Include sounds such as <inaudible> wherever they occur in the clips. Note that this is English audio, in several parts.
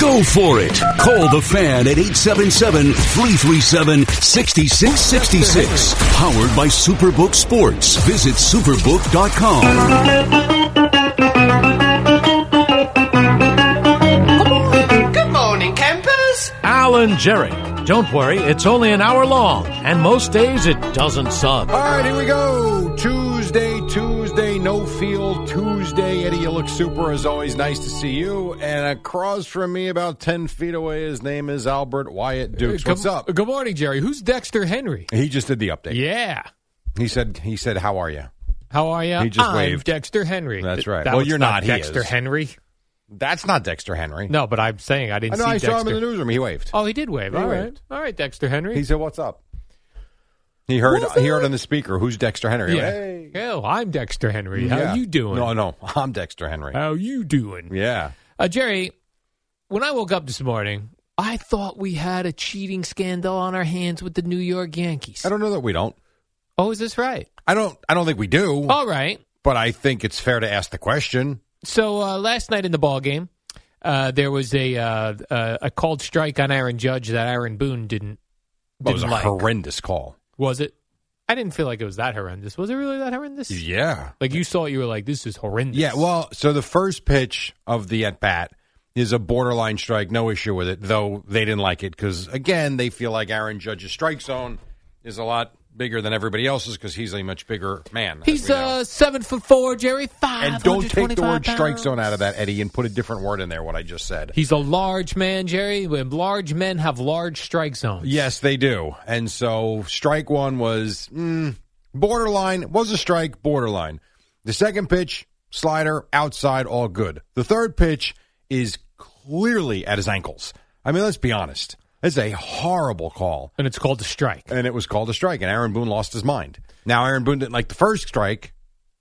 Go for it. Call the fan at 877 337 6666. Powered by Superbook Sports. Visit superbook.com. Good morning, campers. Alan Jerry. Don't worry, it's only an hour long, and most days it doesn't suck. All right, here we go. Tuesday, Tuesday, no field Tuesday. Eddie, you look super as always. Nice to see you. And across from me, about 10 feet away, his name is Albert Wyatt Dukes. Good, What's up? Good morning, Jerry. Who's Dexter Henry? He just did the update. Yeah. He said, he said, how are you? How are you? He just I'm waved. Dexter Henry. That's right. That Well, was you're not. He Dexter is. Henry. That's not Dexter Henry. No, but I'm saying I I didn't know, see I Dexter. saw him in the newsroom. He waved. Oh, he did wave. He All right. waved. All right, Dexter Henry. He said, what's up? He heard, What's he heard up? on the speaker, who's Dexter Henry? yeah. Hey. Oh, I'm Dexter Henry. How Yeah. you doing? No, Uh, no, I'm Dexter Henry. How you doing? yeah. Uh, Jerry, when I woke up this morning, I thought we had a cheating scandal on our hands with the New York Yankees. I don't know that we don't. Oh, is this right? I don't. I don't think we do. All right. But I think it's fair to ask the question. So uh, last night in the ball game, uh, there was a uh, uh, a called strike on Aaron Judge that Aaron Boone didn't That was a didn't like. horrendous call. was it? I didn't feel like it was that horrendous. Was it really that horrendous? Yeah. Like you saw it, you were like, "This is horrendous." Yeah. Well, so the first pitch of the at bat is a borderline strike. No issue with it, though they didn't like it because again they feel like Aaron Judge's strike zone is a lot bigger than everybody else's because he's a much bigger man. as he's we know. uh, seven foot four, Jerry. Five and don't take the word strike zone out of that, Eddie, and put a different word in there. What I just said. He's a large man, Jerry. When Large men have large strike zones. Yes, they do. And so strike one was mm, borderline, was a strike, borderline. The second pitch, slider, outside, all good. The third pitch is clearly at his ankles. I mean, let's be honest. It's a horrible call. and it's called a strike. And it was called a strike, and Aaron Boone lost his mind. Now, Aaron Boone didn't like the first strike,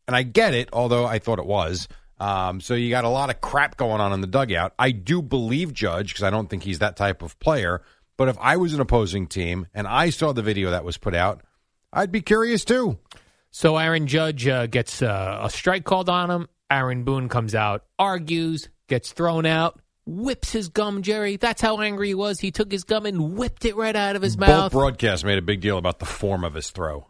and I get it, although I thought it was. Um, so you got a lot of crap going on in the dugout. I do believe Judge because I don't think he's that type of player. But if I was an opposing team and I saw the video that was put out, I'd be curious too. So Aaron Judge uh, gets uh, a strike called on him. Aaron Boone comes out, argues, gets thrown out, whips his gum, Jerry. That's how angry he was. He took his gum and whipped it right out of his Both mouth. broadcasts made a big deal about the form of his throw.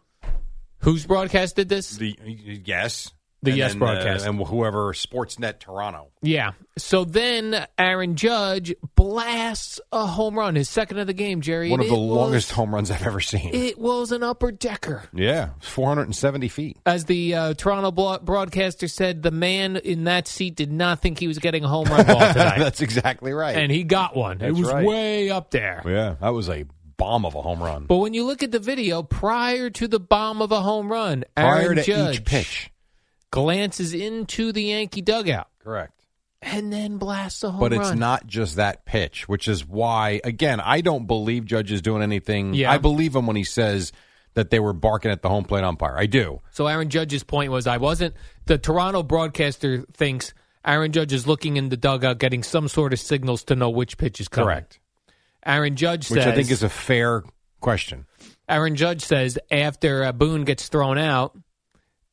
Who's broadcasted this? The yes, The And yes then, uh, broadcast. and whoever Sportsnet Toronto. yeah. So then Aaron Judge blasts a home run, his second of the game, Jerry. One and of the it longest was- home runs I've ever seen. It was an upper decker. yeah, four hundred and seventy feet. As the uh, Toronto blo- broadcaster said, the man in that seat did not think he was getting a home <laughs> run ball tonight. That's exactly right. and he got one. That's it was right. way up there. yeah, that was a bomb of a home run. But when you look at the video, prior to the bomb of a home run, Prior Aaron to Judge each pitch. glances into the Yankee dugout Correct. and then blasts a home But run. it's not just that pitch, which is why, again, I don't believe Judge is doing anything. Yeah. I believe him when he says that they were barking at the home plate umpire. I do. So Aaron Judge's point was, I wasn't. The Toronto broadcaster thinks Aaron Judge is looking in the dugout, getting some sort of signals to know which pitch is coming. Aaron Judge Which says, I think is a fair question. Aaron Judge says after uh, Boone gets thrown out,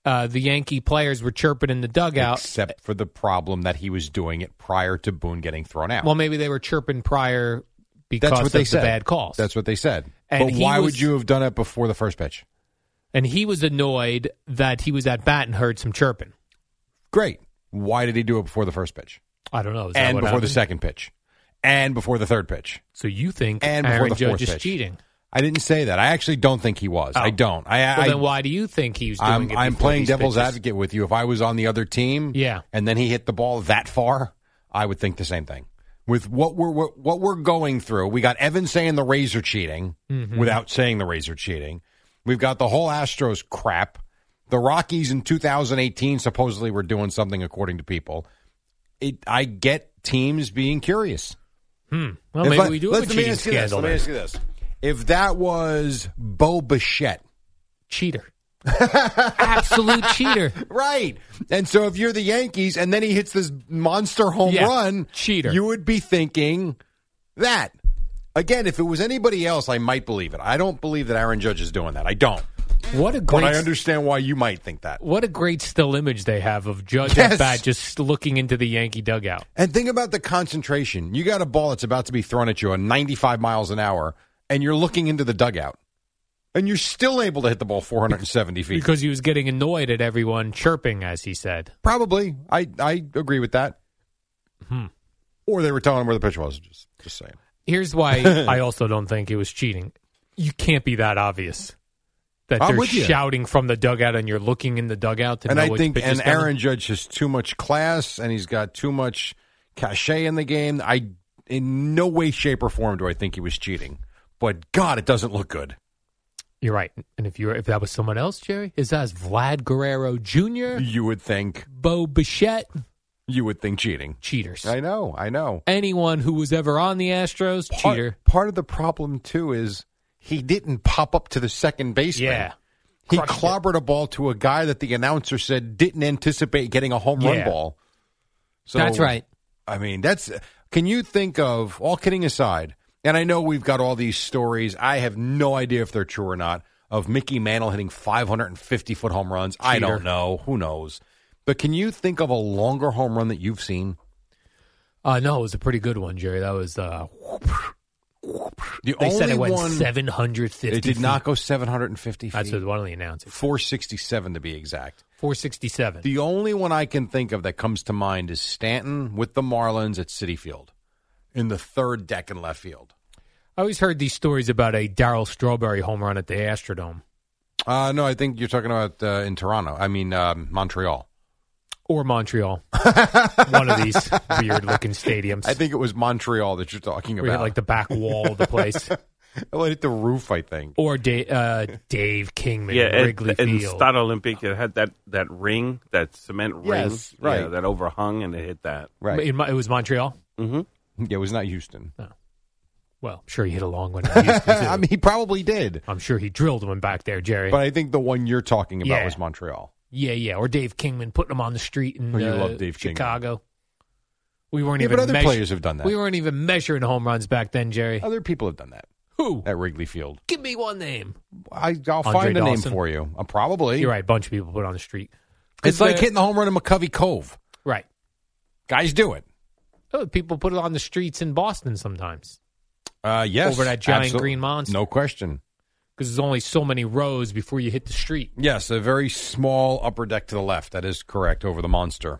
uh, the Yankee players were chirping in the dugout. Except for the problem that he was doing it prior to Boone getting thrown out. Well, maybe they were chirping prior because That's what of they the said. bad calls. That's what they said. And but he why was- would you have done it before the first pitch? and he was annoyed that he was at bat and heard some chirping. Great. Why did he do it before the first pitch? I don't know. Is that And what before the happened? second pitch? And before the third pitch? So you think And before Aaron the fourth Judge is pitch. cheating? I didn't say that. I actually don't think he was. I don't. I, Oh. Well, I then why do you think he was doing I'm it? I'm before playing these devil's pitches? advocate with you. If I was on the other team, Yeah. and then he hit the ball that far, I would think the same thing. With what we're what, what we're going through, we got Evan saying the Razor cheating Mm-hmm. without saying the Razor cheating. We've got the whole Astros crap. The Rockies in 2018 supposedly were doing something according to people. It, I get teams being curious. Well, If Oh, maybe I- we do let, have a let me cheating ask you this, scandal. Let me then. ask you this: If that was Bo Bichette, Cheater. <laughs> Absolute cheater. right? And so if you're the Yankees, and then he hits this monster home Yeah, run, cheater. you would be thinking that. Again, if it was anybody else, I might believe it. I don't believe that Aaron Judge is doing that. I don't, What a but great I understand why you might think that. what a great still image they have of Judge Yes. at bat just looking into the Yankee dugout. And think about the concentration. You got a ball that's about to be thrown at you at 95 miles an hour, and you're looking into the dugout, and you're still able to hit the ball 470 feet. Because he was getting annoyed at everyone chirping, as he said. Probably, I I agree with that. Hmm. Or they were telling him where the pitch was. Just just saying. Here's why <laughs> I also don't think it was cheating. You can't be that obvious that I'm they're with you. shouting from the dugout and you're looking in the dugout to and know I which think pitch and is coming. Aaron Judge has too much class, and he's got too much cachet in the game. I in no way, shape, or form do I think he was cheating. But God, it doesn't look good. You're right. And if you were if that was someone else, Jerry, is that Vlad Guerrero Jr., You would think Bo Bichette, you would think cheating. cheaters. I know, I know. Anyone who was ever on the Astros, part, cheater. Part of the problem too is he didn't pop up to the second baseman. Yeah. He Crushed it. clobbered a ball to a guy that the announcer said didn't anticipate getting a home run Yeah. ball. So That's right. I mean, that's can you think of all kidding aside? And I know we've got all these stories. I have no idea if they're true or not. Of Mickey Mantle hitting 550 foot home runs. I Cheater. don't know. Who knows? But can you think of a longer home run that you've seen? Uh, no, it was a pretty good one, Jerry. That was uh, The they said only it went one- 750. It did not go 750 feet. That's what one of the announcers. 467 to be exact. 467. The only one I can think of that comes to mind is Stanton with the Marlins at City Field in the third deck in left field. I always heard these stories about a Daryl Strawberry home run at the Astrodome Uh, no, I think you're talking about uh, in Toronto. I mean, um, Montreal. or Montreal. <laughs> one of these weird looking stadiums. I think it was Montreal that you're talking where you hit, about. like the back wall of the place. <laughs> Well, it hit the roof, I think. Or da- uh, Dave Kingman, Yeah, at, Wrigley in Field. Stade Olympic, it had that, that ring, that cement ring, Yes, right. yeah, that overhung, and it hit that. Right. In Mo- it was Montreal. Yeah, it was not Houston. Well, I'm sure he hit a long one. in Houston, <laughs> too. I mean, he probably did. I'm sure he drilled one back there, Jerry. But I think the one you're talking about Yeah. was Montreal. yeah, yeah. Or Dave Kingman putting him on the street in Oh, you uh, love Dave Kingman. Chicago. We weren't Yeah, even but other measure- players have done that. Uh, We weren't even measuring home runs back then, Jerry. Other people have done that Who? at Wrigley Field. Give me one name. I, I'll Andre find a name Dawson. for you. Uh, probably. You're right. A bunch of people put on the street. It's like the- hitting the home run in McCovey Cove. Right. Guys do it. Oh, people put it on the streets in Boston sometimes Uh, yes, Over that giant absolute- green monster. No question. because there's only so many rows before you hit the street. Yes, a very small upper deck to the left. That is correct over the monster.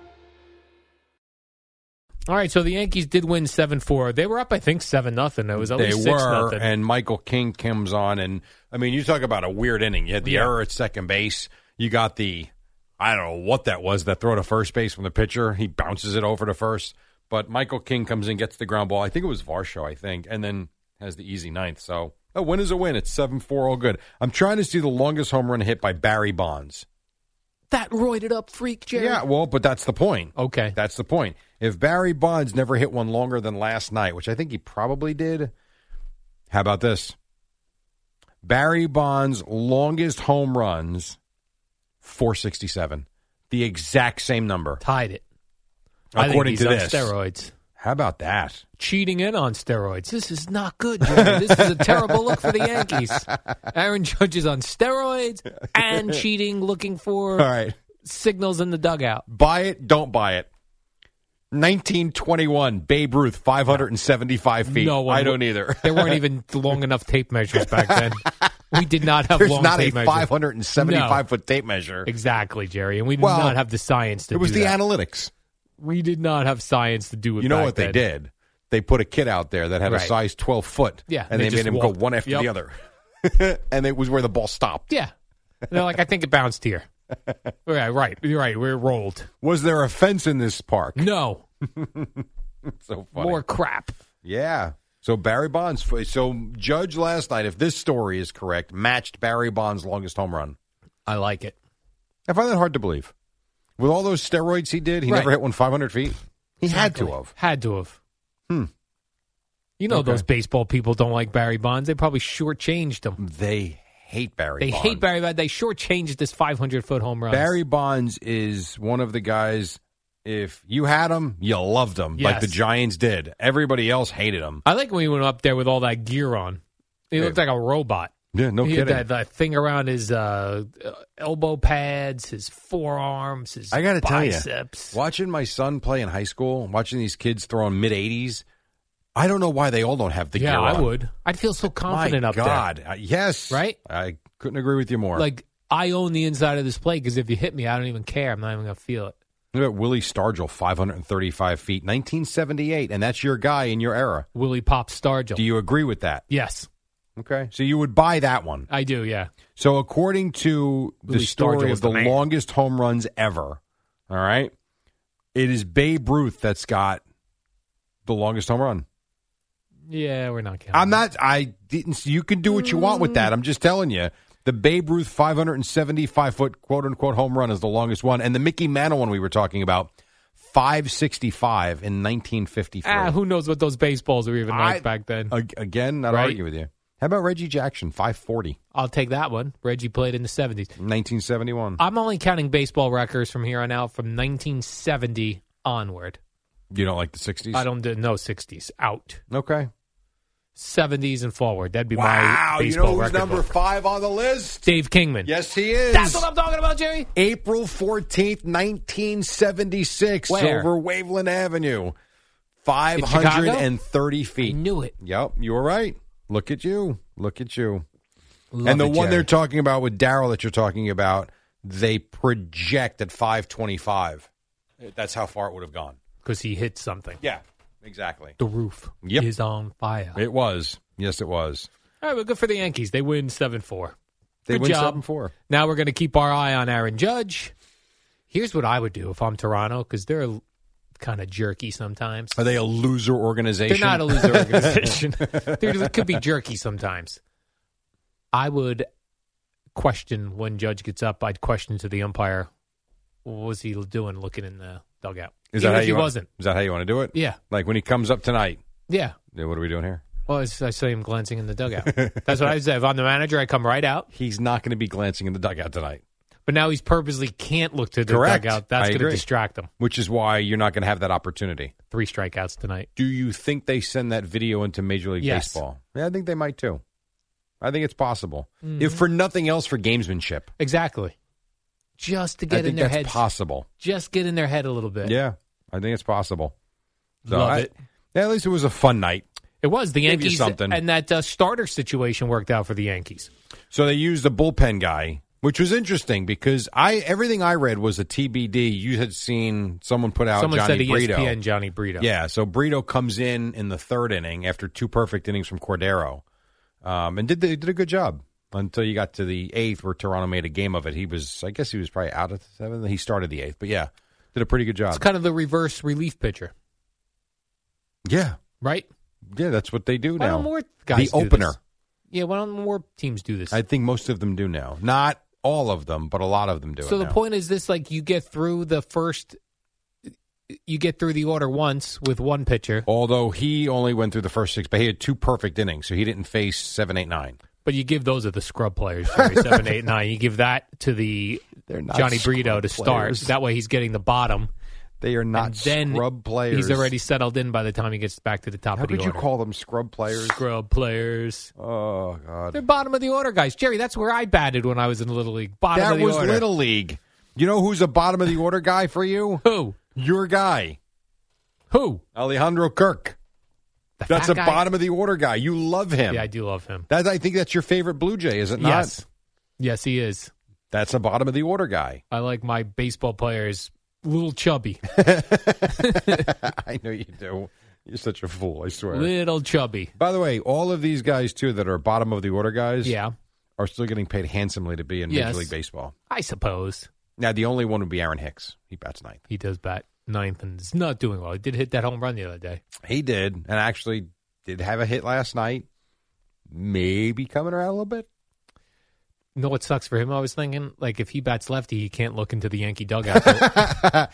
All right, so the Yankees did win seven four. They were up, I think, seven nothing. It was at They least were, six nothing. and Michael King comes on, and I mean, you talk about a weird inning. You had the Yeah. error at second base. You got the, I don't know what that was, that throw to first base from the pitcher. He bounces it over to first, but Michael King comes in, gets the ground ball. I think it was Varsho, I think, and then has the easy ninth. So a win is a win. It's seven four, all good. I'm trying to see the longest home run hit by Barry Bonds. that roided up freak, Jerry. Yeah, well, but that's the point. Okay. That's the point. If Barry Bonds never hit one longer than last night, which I think he probably did, how about this? Barry Bonds' longest home runs, 467. The exact same number, Tied it. I think according he's to on this. steroids. How about that? Cheating in on steroids. This is not good, Jerry. This is a terrible look for the Yankees. Aaron Judge is on steroids <laughs> and cheating, looking for All right. signals in the dugout. Buy it, don't buy it. 1921, Babe Ruth, 575 feet. No one I don't would- either. <laughs> There weren't even long enough tape measures back then. We did not have There's long not a tape measures. 575 No. foot tape measure. Exactly, Jerry. And we did Well, not have the science to It was do the that. analytics. We did not have science to do with You know what they did? They put a kid out there that had a Right. size 12 foot. Yeah, And they they, just made him go walked. one after Yep. the other. <laughs> and it was where the ball stopped. Yeah. They're like, I think it <laughs> bounced here. yeah, right. You're right. We're rolled. Was there a fence in this park? No. so funny. More crap. Yeah. So Barry Bonds. So Judge last night, if this story is correct, matched Barry Bonds' longest home run. I like it. I find that hard to believe. With all those steroids he did, he Right. never hit one 500 feet. He had to Exactly. have. Hmm. Had to have. You know Okay. those baseball people don't like Barry Bonds. They probably shortchanged him. They hate Barry. They Bonds. hate Barry Bonds. They shortchanged this 500 foot home run. Barry Bonds is one of the guys. If you had him, you loved him, like Yes. the Giants did. Everybody else hated him. I like when he went up there with all that gear on. He looked like a robot. Yeah, no he kidding. had that, that thing around his uh, uh, elbow pads, his forearms, his I got to tell you, biceps. watching my son play in high school, watching these kids throw in mid 80s, I don't know why they all don't have the yeah, gear I on. would. I'd feel so confident My up God. Uh, yes. Right? I couldn't agree with you more. there. Like I own the inside of this play because if you hit me, I don't even care. I'm not even gonna feel it. Look at Willie Stargell, 535 feet, 1978, and that's your guy in your era. Willie Pop Stargell. Do you agree with that? yes, Okay. So you would buy that one. I do. Yeah, So according to the Willie Stargell story was of the the, man. longest home runs ever, all right, it is Babe Ruth that's got the longest home run. yeah. We're not counting. I'm not. I didn't. You can do what you want with that. I'm just telling you. The Babe Ruth 575 foot quote unquote home run is the longest one, and the Mickey Mantle one we were talking about, 565 in 1953. Ah, who knows what those baseballs were even like I- Uh, back then? Ag- again, not Right. argue with you. How about Reggie Jackson, 540, I'll take that one. Reggie played in the seventies. 1971? I'm only counting baseball records from here on out, from 1970 onward. You don't like the 60s? I don't do- no 60s out. Okay. 70s and forward. That'd be Wow, my you baseball know who's record number book. five on the list? Dave Kingman. Yes, he is. That's what I'm talking about, Jerry. April 14th, 1976, Where? over Waveland Avenue. In Chicago? 530 I feet. knew it. Yep, you were right. Look at you. Look at you. Love and the it, one Jerry. they're talking about with Daryl that you're talking about, they project at 525. That's how far it would have gone. because he hit something. Yeah, exactly. The roof Yep. is on fire. It was. Yes, it was. All right, well, good for the Yankees. They win 7 4. They Good win job. 7 4. Now we're going to keep our eye on Aaron Judge. Here's what I would do if I'm Toronto because they're kind of jerky sometimes. Are they a loser They're organization? not a <laughs> loser organization. They're- they could be jerky sometimes. I would question when Judge gets up. I'd question to the umpire, what was he doing looking in the dugout? Is Even that how if you he want- wasn't? Is that how you want to do it? Yeah, Like when he comes up tonight, yeah. yeah, what are we doing here? Well, I s- I see him glancing in the dugout. That's what I said. If I'm the manager, I come right out. He's not going to be glancing in the dugout tonight, But now he's purposely can't look to the Correct. dugout. That's I going to agree. distract him. which is why you're not going to have that opportunity. Three strikeouts tonight. Do you think they send that video into Major League Yes. Baseball? Yeah, I think they might too. I think it's possible. Mm-hmm. If for nothing else, for gamesmanship, Exactly. Just to get I in think their that's head. possible. just get in their head a little bit. Yeah, I think it's possible. So Love I- it. yeah, at least it was a fun night. It was the Give you Yankees, something. and that uh, starter situation worked out for the Yankees. So they used a bullpen guy, which was interesting because I everything I read was a TBD. You had seen someone put out Someone Johnny said E Brito. ESPN Johnny Brito. Yeah, so Brito comes in in the third inning after two perfect innings from Cordero, um, and did the, did a good job until you got to the eighth, where Toronto made a game of it. He was, I guess, he was probably out at the seventh. He started the eighth, but yeah, did a pretty good job. it's kind of the reverse relief pitcher, yeah, right? yeah, that's what they do Why now. don't more guys the do opener, this? Yeah, why don't more teams do this? I think most of them do now. Not all of them, but a lot of them do. so it the now. point is this: like you get through the first, you get through the order once with one pitcher, Although he only went through the first six, but he had two perfect innings, so he didn't face seven, eight, nine. but you give those are the scrub players <laughs> Jerry, seven, eight, nine. You give that to the They're not Johnny Brito to scrub start. players. That way, he's getting the bottom. They are not and then scrub players. He's already settled in by the time he gets back to the top How of the could you order. call them scrub players? scrub players? Oh God, They're bottom of the order guys, Jerry. That's where I batted when I was in little league. Bottom that of the was order. little league. You know who's a bottom of the order guy for you? <laughs> Who? Your guy, Who? Alejandro Kirk. The That's fat a guy? bottom of the order guy. You love him. Yeah, I do love him. That I think that's your favorite Blue Jay, is it not? Yes, yes, he is. <laughs> That's a bottom of the order guy. <laughs> I like my baseball players little chubby, <laughs> I know you do. You're such a fool. I swear. little chubby. By the way, all of these guys too that are bottom of the order guys, Yeah, are still getting paid handsomely to be in Yes. Major League Baseball. I suppose Now, the only one would be Aaron Hicks. He bats ninth. he does bat ninth and is not doing well. He did hit that home run the other day. He did, and actually did have a hit last night. Maybe coming around a little bit. You know what sucks for him? I was thinking, like, if he bats lefty, he can't look into the Yankee dugout <laughs> to,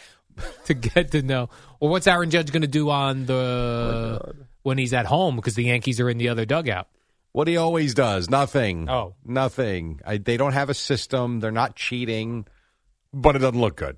to get to know. Well, what's Aaron Judge going to do uh, on the when he's at home because the Yankees are in the other dugout? What he always does, nothing. Oh. nothing. I, they don't have a system. They're not cheating, but it doesn't look good.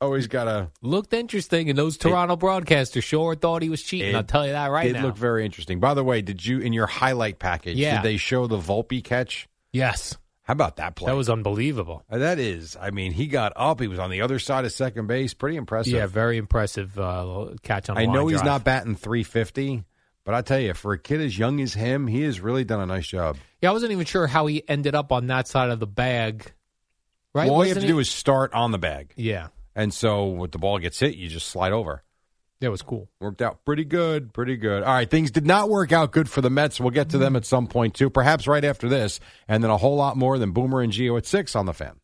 Oh, Always gotta. Looked interesting, and those Toronto broadcasters sure thought he was cheating. It I'll tell you that right it now. looked very interesting. By the way, did you in your highlight package? Yeah. Did they show the Volpe catch? yes, How about that play? that was unbelievable. Uh, That is, I mean, he got up. He was on the other side of second base. Pretty impressive. yeah, very impressive uh, catch on. a I line know he's drive. not batting 350, but I tell you, for a kid as young as him, he has really done a nice job. Yeah, I wasn't even sure how he ended up on that side of the bag. Right? Well, all you have Wasn't to he- do is start on the bag, yeah, and so when the ball gets hit, you just slide over. that was cool. Worked out pretty good, pretty good. All right, things did not work out good for the Mets. We'll get to them at some point too, perhaps right after this, and then a whole lot more than Boomer and Geo at six on the fan.